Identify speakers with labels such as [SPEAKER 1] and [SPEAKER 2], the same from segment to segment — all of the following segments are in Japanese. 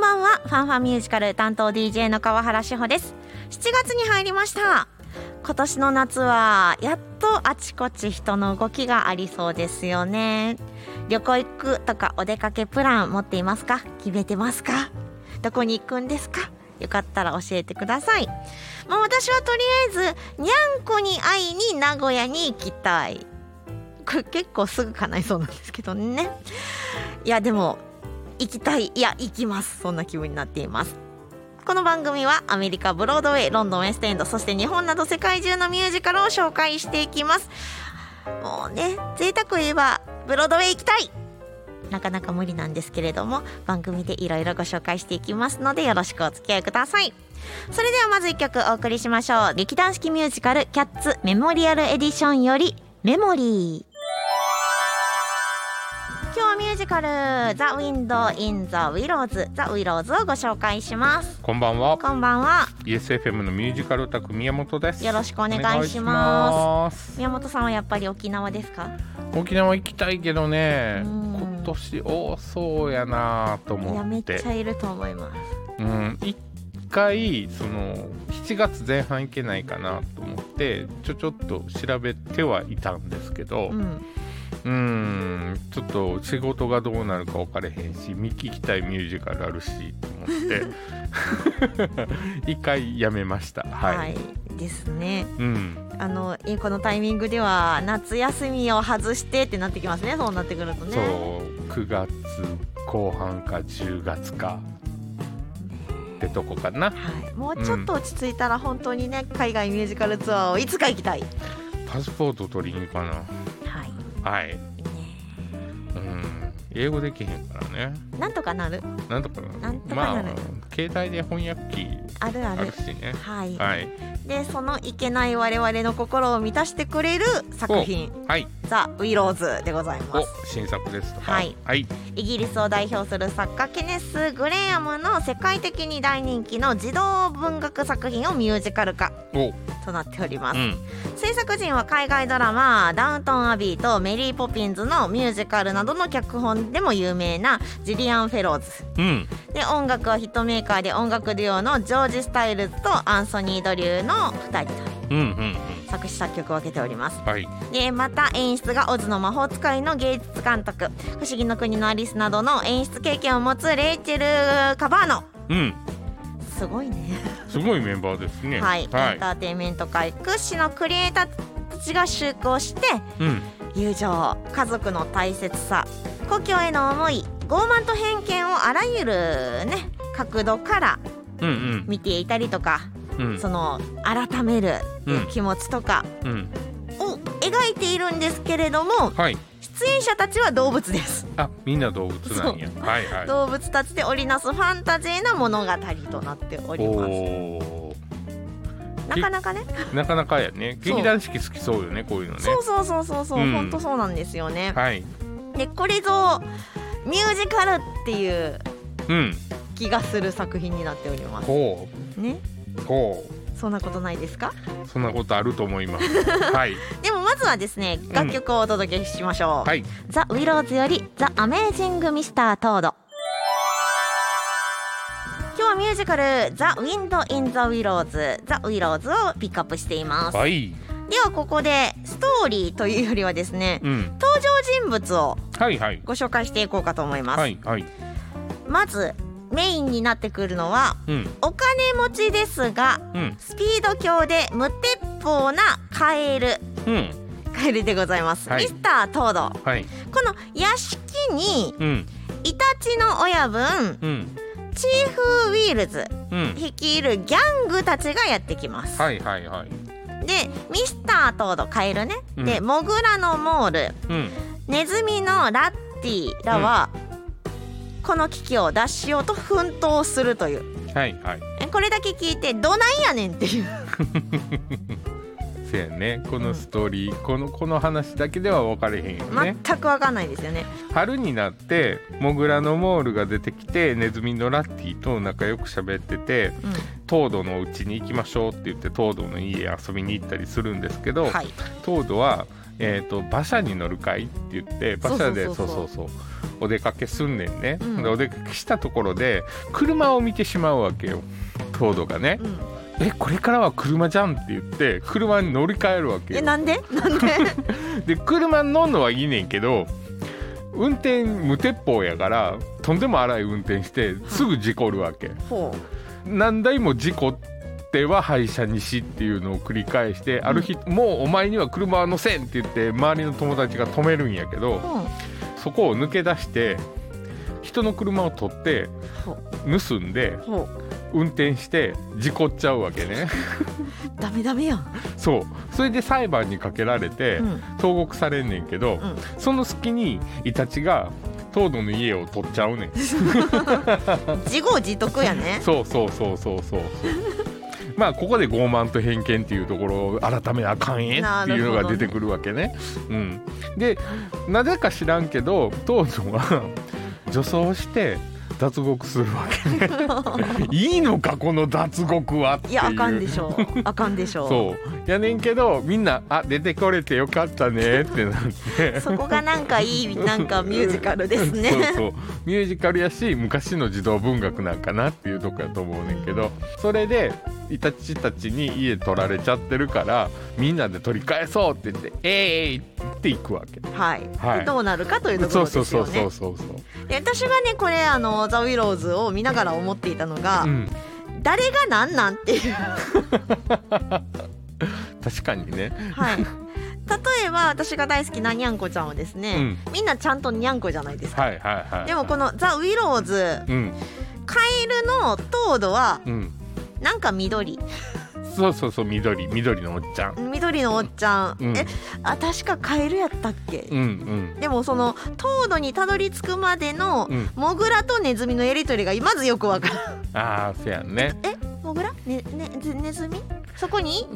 [SPEAKER 1] ばんはファンファミュージカル担当 DJ の川原志保です7月に入りました今年の夏はやっとあちこち人の動きがありそうですよね旅行行くとかお出かけプラン持っていますか決めてますかどこに行くんですかよかったら教えてくださいもう私はとりあえずにゃんこに会いに名古屋に行きたいこれ結構すぐ叶いそうなんですけどねいやでも行きたいいや行きますそんな気分になっていますこの番組はアメリカブロードウェイロンドンウェストエンドそして日本など世界中のミュージカルを紹介していきますもうね贅沢言えばブロードウェイ行きたいなかなか無理なんですけれども番組でいろいろご紹介していきますのでよろしくお付き合いくださいそれではまず1曲お送りしましょう劇団四季ミュージカル「キャッツメモリアルエディション」より「メモリー」今日はミュージカル「ザ・ウィンド・イン・ザ・ウィローズ」「ザ・ウィローズ」をご紹介します
[SPEAKER 2] こんばんは。
[SPEAKER 1] こんばんは
[SPEAKER 2] ESFM のミュージカルオタク宮本です。
[SPEAKER 1] よろしくお願いし
[SPEAKER 2] お願
[SPEAKER 1] ま
[SPEAKER 2] いします。
[SPEAKER 1] 宮本さんはやっぱり沖縄ですか
[SPEAKER 2] 沖縄行きたいけどね、
[SPEAKER 1] うん
[SPEAKER 2] 今年多そうやなと
[SPEAKER 1] いや
[SPEAKER 2] 思
[SPEAKER 1] め
[SPEAKER 2] っ
[SPEAKER 1] っち
[SPEAKER 2] て
[SPEAKER 1] ゃ、いると思います
[SPEAKER 2] うん、一回その7月前半行けないかなと思って、ちょちょっと調べてはいたんですけど、
[SPEAKER 1] うん
[SPEAKER 2] うんちょっと仕事がどうなるか分かれへんし見聞きたいミュージカルあるしと思 って一回やめましたはい、
[SPEAKER 1] はい、ですね
[SPEAKER 2] うん
[SPEAKER 1] あのえこのタイミングでは夏休みを外してってなってきますねそうなってくるとね
[SPEAKER 2] そう9月後半か10月かってとこかな
[SPEAKER 1] はい、もうちょっと落ち着いたら本当にね、海外ミュージカルツアーをいつか行きたい
[SPEAKER 2] パスポート取りに行か
[SPEAKER 1] はい
[SPEAKER 2] なはい
[SPEAKER 1] ね
[SPEAKER 2] うん英語できへんからね
[SPEAKER 1] なんとかなる
[SPEAKER 2] なんとかなる
[SPEAKER 1] なんとか
[SPEAKER 2] ま
[SPEAKER 1] な
[SPEAKER 2] あ
[SPEAKER 1] る
[SPEAKER 2] 携帯で翻訳機
[SPEAKER 1] あるあ
[SPEAKER 2] あ
[SPEAKER 1] る
[SPEAKER 2] るしね
[SPEAKER 1] はい、
[SPEAKER 2] はい
[SPEAKER 1] でそのいけない我々の心を満たしてくれる作品
[SPEAKER 2] はい
[SPEAKER 1] 「ザ・ウィローズ」でございま
[SPEAKER 2] お
[SPEAKER 1] す
[SPEAKER 2] 新作ですとか
[SPEAKER 1] はい
[SPEAKER 2] はい
[SPEAKER 1] イギリスを代表する作家ケネス・グレアムの世界的に大人気の児童文学作品をミュージカル化
[SPEAKER 2] お
[SPEAKER 1] となっております
[SPEAKER 2] う、ん
[SPEAKER 1] 制作陣は海外ドラマ「ダウントン・アビー」と「メリー・ポピンズ」のミュージカルなどの脚本でも有名なジュリアン・フェローズ
[SPEAKER 2] うん
[SPEAKER 1] で音楽はヒットメーカーで音楽デュオのジョージ・スタイルズとアンソニー・ドリューの2人と
[SPEAKER 2] うんうんうん
[SPEAKER 1] 作詞作曲を分けております
[SPEAKER 2] はい
[SPEAKER 1] でまた演出が「オズの魔法使い」の芸術監督「不思議の国のアリス」などの演出経験を持つレイチェル・カバーノ
[SPEAKER 2] うん
[SPEAKER 1] すごいね
[SPEAKER 2] すごいメンバーです ね
[SPEAKER 1] はい、
[SPEAKER 2] は
[SPEAKER 1] エン
[SPEAKER 2] い
[SPEAKER 1] ターテインメント界屈指のクリエイターたちが集合して
[SPEAKER 2] うん
[SPEAKER 1] 友情家族の大切さ故郷への思い傲慢と偏見をあらゆるね角度から
[SPEAKER 2] うん
[SPEAKER 1] 見ていたりとか、
[SPEAKER 2] うんうん
[SPEAKER 1] その改める
[SPEAKER 2] うん
[SPEAKER 1] 気持ちとか
[SPEAKER 2] うん
[SPEAKER 1] を描いているんですけれども
[SPEAKER 2] はい
[SPEAKER 1] 出演者たちは動物です、
[SPEAKER 2] あみんな動物なんやはいはい
[SPEAKER 1] 動物たちで織りなすファンタジーな物語となっておりま
[SPEAKER 2] お
[SPEAKER 1] すなかなかね
[SPEAKER 2] ーなかなかやね
[SPEAKER 1] そう
[SPEAKER 2] 劇団四季好きそうよねこういうのね
[SPEAKER 1] そうそうそうそうそう、
[SPEAKER 2] うん
[SPEAKER 1] ほんとそうなんですよね、
[SPEAKER 2] はい
[SPEAKER 1] でこれぞミュージカルっていう
[SPEAKER 2] うん
[SPEAKER 1] 気がする作品になっております
[SPEAKER 2] ほ
[SPEAKER 1] ね
[SPEAKER 2] うほ
[SPEAKER 1] そんなことないですか
[SPEAKER 2] うそんなことあると思います はい
[SPEAKER 1] でもまずはですね楽曲をお届けしましょう、
[SPEAKER 2] はい
[SPEAKER 1] ザ・ウィローズよりザ・アメージング・ミスター・トード今日はミュージカルザ・ウィンド・イン・ザ・ウィローズザ・ウィローズをピックアップしています
[SPEAKER 2] はい
[SPEAKER 1] ではここでストーリーというよりはですね
[SPEAKER 2] うん
[SPEAKER 1] 登場人物を
[SPEAKER 2] はいはい
[SPEAKER 1] ご紹介していこうかと思います、
[SPEAKER 2] はいはい
[SPEAKER 1] まずメインになってくるのは
[SPEAKER 2] うん
[SPEAKER 1] お金持ちですが
[SPEAKER 2] うん
[SPEAKER 1] スピード強で無鉄砲なカエル
[SPEAKER 2] うん
[SPEAKER 1] カエルでございます、
[SPEAKER 2] はい
[SPEAKER 1] ミスタートード
[SPEAKER 2] はい
[SPEAKER 1] この屋敷に
[SPEAKER 2] うん
[SPEAKER 1] イタチの親分
[SPEAKER 2] うん
[SPEAKER 1] チーフウィールズ
[SPEAKER 2] うん
[SPEAKER 1] 率いるギャングたちがやってきます、
[SPEAKER 2] はいはいはい
[SPEAKER 1] でミスタートードカエルね、
[SPEAKER 2] うん
[SPEAKER 1] でモグラのモール
[SPEAKER 2] うん
[SPEAKER 1] ネズミのラッティらは、この危機を脱しようと奮闘するという
[SPEAKER 2] はいはい
[SPEAKER 1] えこれだけ聞いてどないやねんっていう
[SPEAKER 2] せやねこのストーリー、このこの話だけでは分かれへんよね、
[SPEAKER 1] 全くわかんないですよね
[SPEAKER 2] 春になってモグラのモールが出てきてネズミのラッティと仲良く喋ってて
[SPEAKER 1] う
[SPEAKER 2] 東堂の家に行きましょうって言って東堂の家へ遊びに行ったりするんですけど、
[SPEAKER 1] ん、はい
[SPEAKER 2] 東堂はえー、と馬車に乗る会って言って馬車で
[SPEAKER 1] そ
[SPEAKER 2] そうう
[SPEAKER 1] そ
[SPEAKER 2] そう
[SPEAKER 1] そ
[SPEAKER 2] う
[SPEAKER 1] う
[SPEAKER 2] そ
[SPEAKER 1] そう
[SPEAKER 2] お出かけすんねんね、
[SPEAKER 1] うん
[SPEAKER 2] でお出かけしたところで車を見てしまうわけよ糖度がね、
[SPEAKER 1] うん、
[SPEAKER 2] えこれからは車じゃんって言って車に乗り換えるわけ
[SPEAKER 1] え
[SPEAKER 2] よ
[SPEAKER 1] なんでなん で
[SPEAKER 2] で車に乗んのはいいねんけど運転無鉄砲やからとんでも荒い運転してすぐ事故るわけ、
[SPEAKER 1] ほ
[SPEAKER 2] 何台も事故っては廃車にしっていうのを繰り返してある日、もうお前には車は乗せんって言って周りの友達が止めるんやけ
[SPEAKER 1] う、
[SPEAKER 2] ど
[SPEAKER 1] ほう
[SPEAKER 2] そこを抜け出して人の車を取って
[SPEAKER 1] ほ
[SPEAKER 2] 盗んで
[SPEAKER 1] うほう
[SPEAKER 2] 運転して事故っちゃうわけ ね
[SPEAKER 1] ダメダメやん、
[SPEAKER 2] そうそれで裁判にかけられて
[SPEAKER 1] うん
[SPEAKER 2] 投獄されんねんけど、
[SPEAKER 1] うん
[SPEAKER 2] その隙にイタチが東堂の家を取っちゃうねん
[SPEAKER 1] 自業自得やね
[SPEAKER 2] そうそうそうそうそうそう まあここで傲慢と偏見っていうところを改めなあかんえっていうのが出てくるわけねうん、でなぜか知らんけど東堂は 女装して脱獄するわけ ねいいのかこの脱獄はっていう
[SPEAKER 1] い
[SPEAKER 2] い
[SPEAKER 1] やあかんでしょ うあかんでしょう
[SPEAKER 2] そうやねんけどみんな「あ出てこれてよかったね」ってなって
[SPEAKER 1] そこがなんかいいなんかミュージカルですね
[SPEAKER 2] そうそうミュージカルやし昔の児童文学なんかなっていうとこやと思うねんけどそれでイタチたちに家取られちゃってるからみんなで取り返そうって言って「えい!」って言って行くわけ。
[SPEAKER 1] はい、
[SPEAKER 2] はい
[SPEAKER 1] でどうなるかというとこ
[SPEAKER 2] そ
[SPEAKER 1] ろ
[SPEAKER 2] う
[SPEAKER 1] です
[SPEAKER 2] そ
[SPEAKER 1] よ
[SPEAKER 2] う
[SPEAKER 1] ね
[SPEAKER 2] そうそうそうそう。
[SPEAKER 1] で私がねこれあのザ・ウィローズを見ながら思っていたのが、
[SPEAKER 2] うん、
[SPEAKER 1] 誰がなんなんっていう
[SPEAKER 2] 確かにね。
[SPEAKER 1] はい例えば私が大好きなにゃんこちゃんはですね、みんなちゃんとにゃんこじゃないですか、
[SPEAKER 2] はいはいはい。
[SPEAKER 1] でもこ
[SPEAKER 2] の
[SPEAKER 1] のザ・ウィローズ
[SPEAKER 2] うん
[SPEAKER 1] カエルの糖度は
[SPEAKER 2] うん。
[SPEAKER 1] なんか緑
[SPEAKER 2] そうそうそう緑緑のおっちゃん。
[SPEAKER 1] 緑のおっちゃん、
[SPEAKER 2] うん
[SPEAKER 1] えあ確かカエルやったっけ、
[SPEAKER 2] うんうん。
[SPEAKER 1] でもその糖度にたどり着くまでの、
[SPEAKER 2] うん
[SPEAKER 1] モグラとネズミのやりとりがまずよくわからん
[SPEAKER 2] ああせやんね。
[SPEAKER 1] えモグラねねねネズミそこに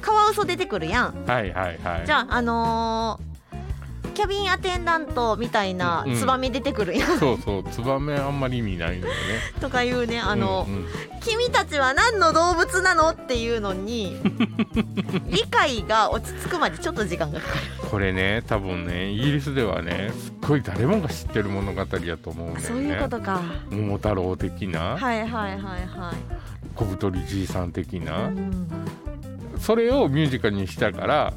[SPEAKER 1] カワウソ出てくるやん
[SPEAKER 2] はいはいはい。
[SPEAKER 1] じゃああのーキャビンアテンダントみたいな
[SPEAKER 2] うん
[SPEAKER 1] ツバメ出てくる やん、
[SPEAKER 2] そうそうツバメあんまり意味ないのよね。
[SPEAKER 1] とかいうねあの、
[SPEAKER 2] うんうん
[SPEAKER 1] 君たちは何の動物なのっていうのに 理解が落ち着くまでちょっと時間がかかる
[SPEAKER 2] これね多分ねイギリスではねすっごい誰もが知ってる物語やと思うんだよね
[SPEAKER 1] そういうことか
[SPEAKER 2] 桃太郎的
[SPEAKER 1] は
[SPEAKER 2] な、
[SPEAKER 1] いはいはいはい
[SPEAKER 2] 小太りじいさん的な、
[SPEAKER 1] うん
[SPEAKER 2] それをミュージカルにしたから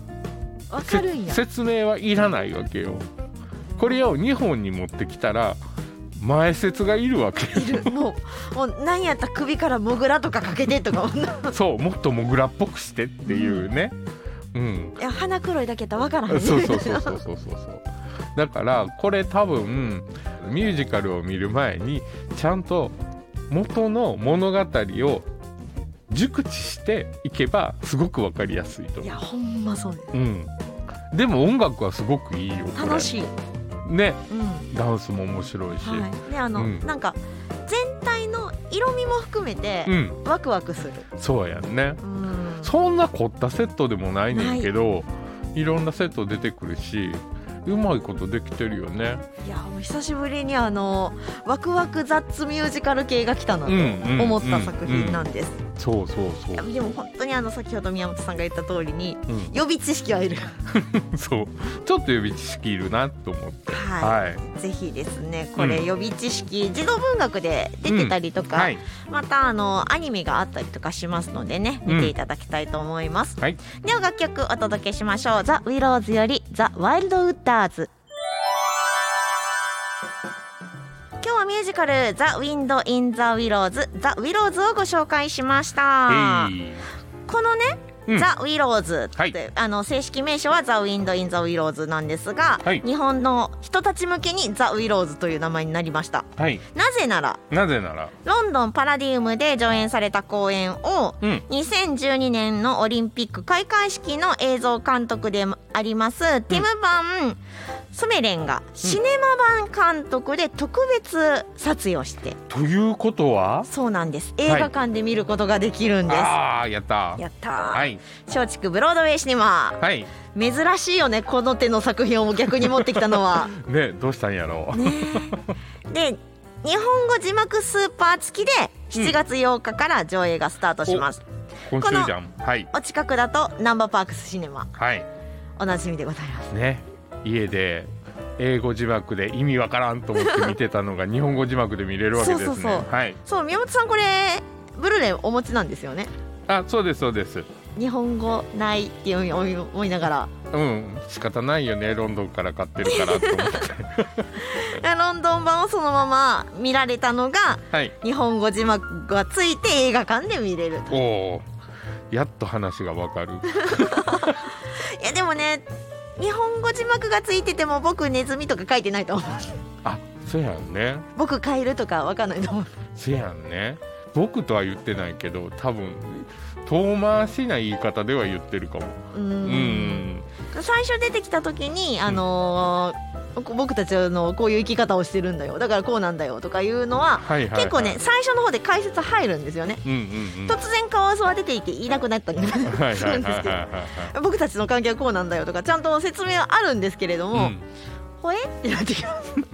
[SPEAKER 1] わ
[SPEAKER 2] せ
[SPEAKER 1] かるんや
[SPEAKER 2] 説明はいらないわけよこれを日本に持ってきたら前説がいるわけ よ
[SPEAKER 1] いるもうもう何やったら首からモグラとかかけてとか
[SPEAKER 2] そうもっとモグラっぽくしてっていうねうん
[SPEAKER 1] いや鼻黒いだけやったらわからへんね
[SPEAKER 2] そうそうそうそうそうそうそうだからこれ多分ミュージカルを見る前にちゃんと元の物語を熟知していけばすごくわかりやすいと
[SPEAKER 1] い
[SPEAKER 2] 思
[SPEAKER 1] やほんまそうです
[SPEAKER 2] う、うん、でも音楽はすごくいいよこれ
[SPEAKER 1] 楽しい、うん
[SPEAKER 2] ねダンスも面白いし、
[SPEAKER 1] はい、であの、
[SPEAKER 2] うん
[SPEAKER 1] なんか全体の色味も含めて
[SPEAKER 2] うん
[SPEAKER 1] ワクワクする、
[SPEAKER 2] そうやんね
[SPEAKER 1] うん
[SPEAKER 2] そんな凝ったセットでもないねんけどいろんなセット出てくるしうまいことできてるよね
[SPEAKER 1] いやもう久しぶりにあのワクワクザッツミュージカル系が来たなと思った作品なんです、
[SPEAKER 2] そうそうそう
[SPEAKER 1] いやでも本当にあの先ほど宮本さんが言った通りに
[SPEAKER 2] うん
[SPEAKER 1] 予備知識はいる、
[SPEAKER 2] そうちょっと予備知識いるなと思って
[SPEAKER 1] は
[SPEAKER 2] はい
[SPEAKER 1] い、ぜひですねこれ
[SPEAKER 2] うん
[SPEAKER 1] 予備知識、児童文学で出てたりとか、
[SPEAKER 2] はい
[SPEAKER 1] またあのアニメがあったりとかしますのでね
[SPEAKER 2] うん
[SPEAKER 1] 見ていただきたいと思います、
[SPEAKER 2] はい
[SPEAKER 1] では楽曲お届けしましょう「ザ・ウィローズ」より「ザ・ワイルド・ウッダーズ」今日はミュージカル「ザ・ウィンド・イン・ザ・ウィローズ」「ザ・ウィローズ」をご紹介しました、
[SPEAKER 2] えい
[SPEAKER 1] このね
[SPEAKER 2] うん
[SPEAKER 1] ザ・ウィローズって、
[SPEAKER 2] はい
[SPEAKER 1] あの正式名称はザ・ウィンド・イン・ザ・ウィローズなんですが、
[SPEAKER 2] はい
[SPEAKER 1] 日本の人たち向けにザ・ウィローズという名前になりました
[SPEAKER 2] はい
[SPEAKER 1] なぜなら
[SPEAKER 2] なぜなら
[SPEAKER 1] ロンドンパラディウムで上演された公演を
[SPEAKER 2] うん
[SPEAKER 1] 2012年のオリンピック開会式の映像監督でありますティム・バン・ソメレンがシネマ版監督で特別撮影をして
[SPEAKER 2] ということは
[SPEAKER 1] そうなんです映画館で見ることができるんです、
[SPEAKER 2] ああやった
[SPEAKER 1] やった
[SPEAKER 2] は
[SPEAKER 1] ー
[SPEAKER 2] い
[SPEAKER 1] 松竹ブロードウェイシネマ
[SPEAKER 2] はい
[SPEAKER 1] 珍しいよねこの手の作品を逆に持ってきたの は
[SPEAKER 2] ねどうしたんやろう
[SPEAKER 1] で日本語字幕スーパー付きで7月8日から上映がスタートします、
[SPEAKER 2] 今週じゃんはい
[SPEAKER 1] お近くだとナンバーパークスシネマ
[SPEAKER 2] はい
[SPEAKER 1] おなじみでございます
[SPEAKER 2] ね家で英語字幕で意味わからんと思って見てたの が日本語字幕で見れるわけですね
[SPEAKER 1] そうそうそう
[SPEAKER 2] はい
[SPEAKER 1] そう宮本さんこれブルーレイお持ちなんですよね
[SPEAKER 2] あそうですそうです
[SPEAKER 1] 日本語ないって思い思いながら
[SPEAKER 2] うん仕方ないよねロンドンから買ってるからと思 って
[SPEAKER 1] ロンドン版をそのまま見られたのが
[SPEAKER 2] はい
[SPEAKER 1] 日本語字幕がついて映画館で見れる
[SPEAKER 2] おおやっと話がわかる
[SPEAKER 1] いやでもね日本語字幕がついてても僕ネズミとか書いてないと思う
[SPEAKER 2] あそうやんね
[SPEAKER 1] 僕カエルとかわかんないと思う
[SPEAKER 2] そうやんね僕とは言ってないけど多分遠回しな言い方では言ってるかも
[SPEAKER 1] うー
[SPEAKER 2] うんん
[SPEAKER 1] 最初出てきた時にあのーこ僕たちのこういう生き方をしてるんだよだからこうなんだよとかいうのは
[SPEAKER 2] はいはい、はい、
[SPEAKER 1] 結構ね最初の方で解説入るんですよね
[SPEAKER 2] うんうんうん
[SPEAKER 1] 突然カワウソは出ていていなくなったりとか
[SPEAKER 2] はい
[SPEAKER 1] す
[SPEAKER 2] は
[SPEAKER 1] る
[SPEAKER 2] い
[SPEAKER 1] ん
[SPEAKER 2] は
[SPEAKER 1] で
[SPEAKER 2] い
[SPEAKER 1] す
[SPEAKER 2] はい
[SPEAKER 1] けど
[SPEAKER 2] は
[SPEAKER 1] 僕たちの関係はこうなんだよとかちゃんと説明はあるんですけれど
[SPEAKER 2] いは
[SPEAKER 1] も、
[SPEAKER 2] い
[SPEAKER 1] ほえってなってきます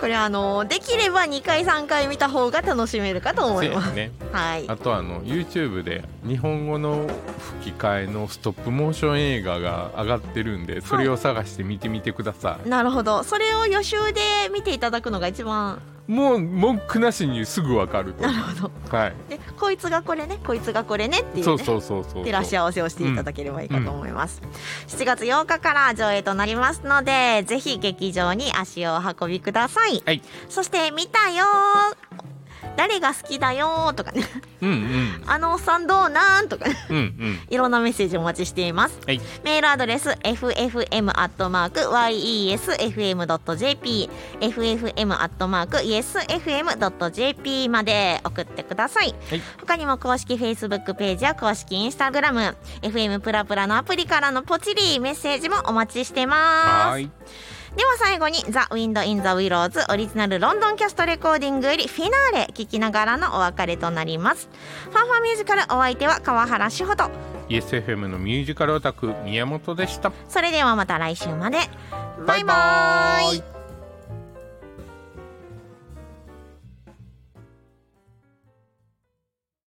[SPEAKER 1] これはあのできれば2回3回見た方が楽しめるかと
[SPEAKER 2] うん
[SPEAKER 1] 思
[SPEAKER 2] せ
[SPEAKER 1] い
[SPEAKER 2] や
[SPEAKER 1] ます
[SPEAKER 2] ね
[SPEAKER 1] はい
[SPEAKER 2] あとあの YouTube で日本語の吹き替えのストップモーション映画が上がってるんでそれを探して見てみてください、
[SPEAKER 1] なるほどそれを予習で見ていただくのが一番
[SPEAKER 2] もう文句なしにすぐわかると
[SPEAKER 1] なるほど
[SPEAKER 2] はい
[SPEAKER 1] でこいつがこれねこいつがこれねっていう、ね、
[SPEAKER 2] そうそうそうそう
[SPEAKER 1] 照らし合わせをしていただければいいかと思います、7月8日から上映となりますのでぜひ劇場に足をお運びください、
[SPEAKER 2] はい
[SPEAKER 1] そして見たよー誰が好きだよーとかね
[SPEAKER 2] うんうん
[SPEAKER 1] あのおっさんどうなんとかね
[SPEAKER 2] うんうん
[SPEAKER 1] いろんなメッセージお待ちしています
[SPEAKER 2] はい
[SPEAKER 1] メールアドレス ffm.yesfm.jp ffm.yesfm.jp まで送ってください、
[SPEAKER 2] はい
[SPEAKER 1] 他にも公式 Facebook ページや公式 InstagramFM プラプラのアプリからのポチリメッセージもお待ちしてま
[SPEAKER 2] は
[SPEAKER 1] す
[SPEAKER 2] ーい
[SPEAKER 1] では最後に「ザ・ウィンド・イン・ザ・ウィローズ」オリジナルロンドンキャストレコーディングよりフィナーレ聞きながらのお別れとなりますファンファンミュージカルお相手は川原志穂と
[SPEAKER 2] ESFM のミュージカルオタク宮本でした
[SPEAKER 1] それではまた来週までバイバ
[SPEAKER 2] バイバ
[SPEAKER 1] ーイ
[SPEAKER 2] ーイ